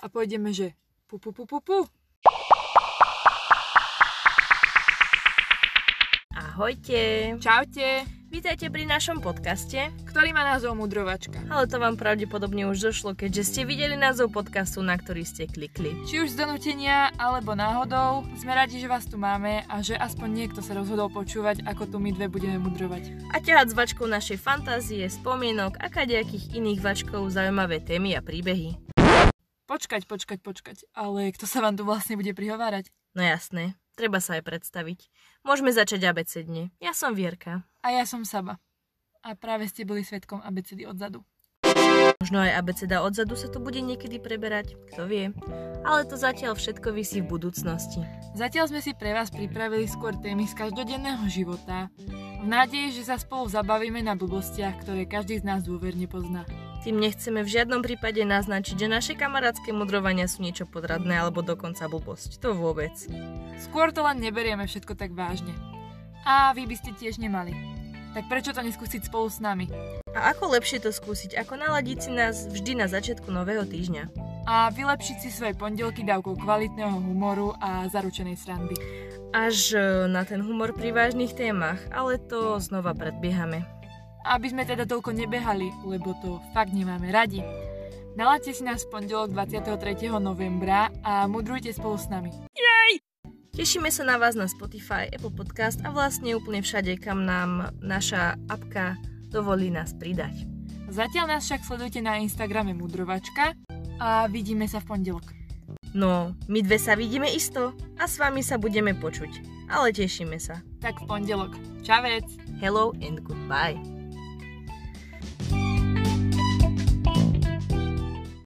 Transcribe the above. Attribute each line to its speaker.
Speaker 1: a pôjdeme, že pu pu pu pu pu.
Speaker 2: Ahojte!
Speaker 1: Čaute,
Speaker 2: Vítajte pri našom podcaste,
Speaker 1: ktorý má názov Mudrovačka.
Speaker 2: ale to vám pravdepodobne už došlo, keďže ste videli názov podcastu, na ktorý ste klikli.
Speaker 1: Či už z donútenia, alebo náhodou, sme radi, že vás tu máme a že aspoň niekto sa rozhodol počúvať, ako tu my dve budeme mudrovať.
Speaker 2: A ťahať s vačkou našej fantázie, spomienok a kadejakých iných vačkov zaujímavé témy a príbehy.
Speaker 1: Počkať, počkať, počkať, ale kto sa vám tu vlastne bude prihovárať?
Speaker 2: No jasné, treba sa aj predstaviť. Môžeme začať abecedne. Ja som Vierka.
Speaker 1: A ja som Saba. A práve ste boli svetkom abecedy odzadu.
Speaker 2: Možno aj abeceda odzadu sa tu bude niekedy preberať, kto vie. Ale to zatiaľ všetko vysí v budúcnosti.
Speaker 1: Zatiaľ sme si pre vás pripravili skôr témy z každodenného života, v nádeji, že sa spolu zabavíme na blbostiach, ktoré každý z nás dôverne pozná.
Speaker 2: Tým nechceme v žiadnom prípade naznačiť, že naše kamarátske mudrovania sú niečo podradné alebo dokonca blbosť. To vôbec.
Speaker 1: Skôr to len neberieme všetko tak vážne. A vy by ste tiež nemali. Tak prečo to neskúsiť spolu s nami?
Speaker 2: A ako lepšie to skúsiť, ako naladiť si nás vždy na začiatku nového týždňa?
Speaker 1: A vylepšiť si svoje pondelky dávkou kvalitného humoru a zaručenej srandy.
Speaker 2: Až e, na ten humor pri vážnych témach, ale to znova predbiehame.
Speaker 1: Aby sme teda toľko nebehali, lebo to fakt nemáme radi. Nalaďte si nás v pondelok 23. novembra a mudrujte spolu s nami.
Speaker 2: Tešíme sa na vás na Spotify, Apple Podcast a vlastne úplne všade, kam nám naša apka dovolí nás pridať.
Speaker 1: Zatiaľ nás však sledujte na Instagrame Mudrovačka a vidíme sa v pondelok.
Speaker 2: No, my dve sa vidíme isto a s vami sa budeme počuť, ale tešíme sa.
Speaker 1: Tak v pondelok. Čavec!
Speaker 2: Hello and goodbye.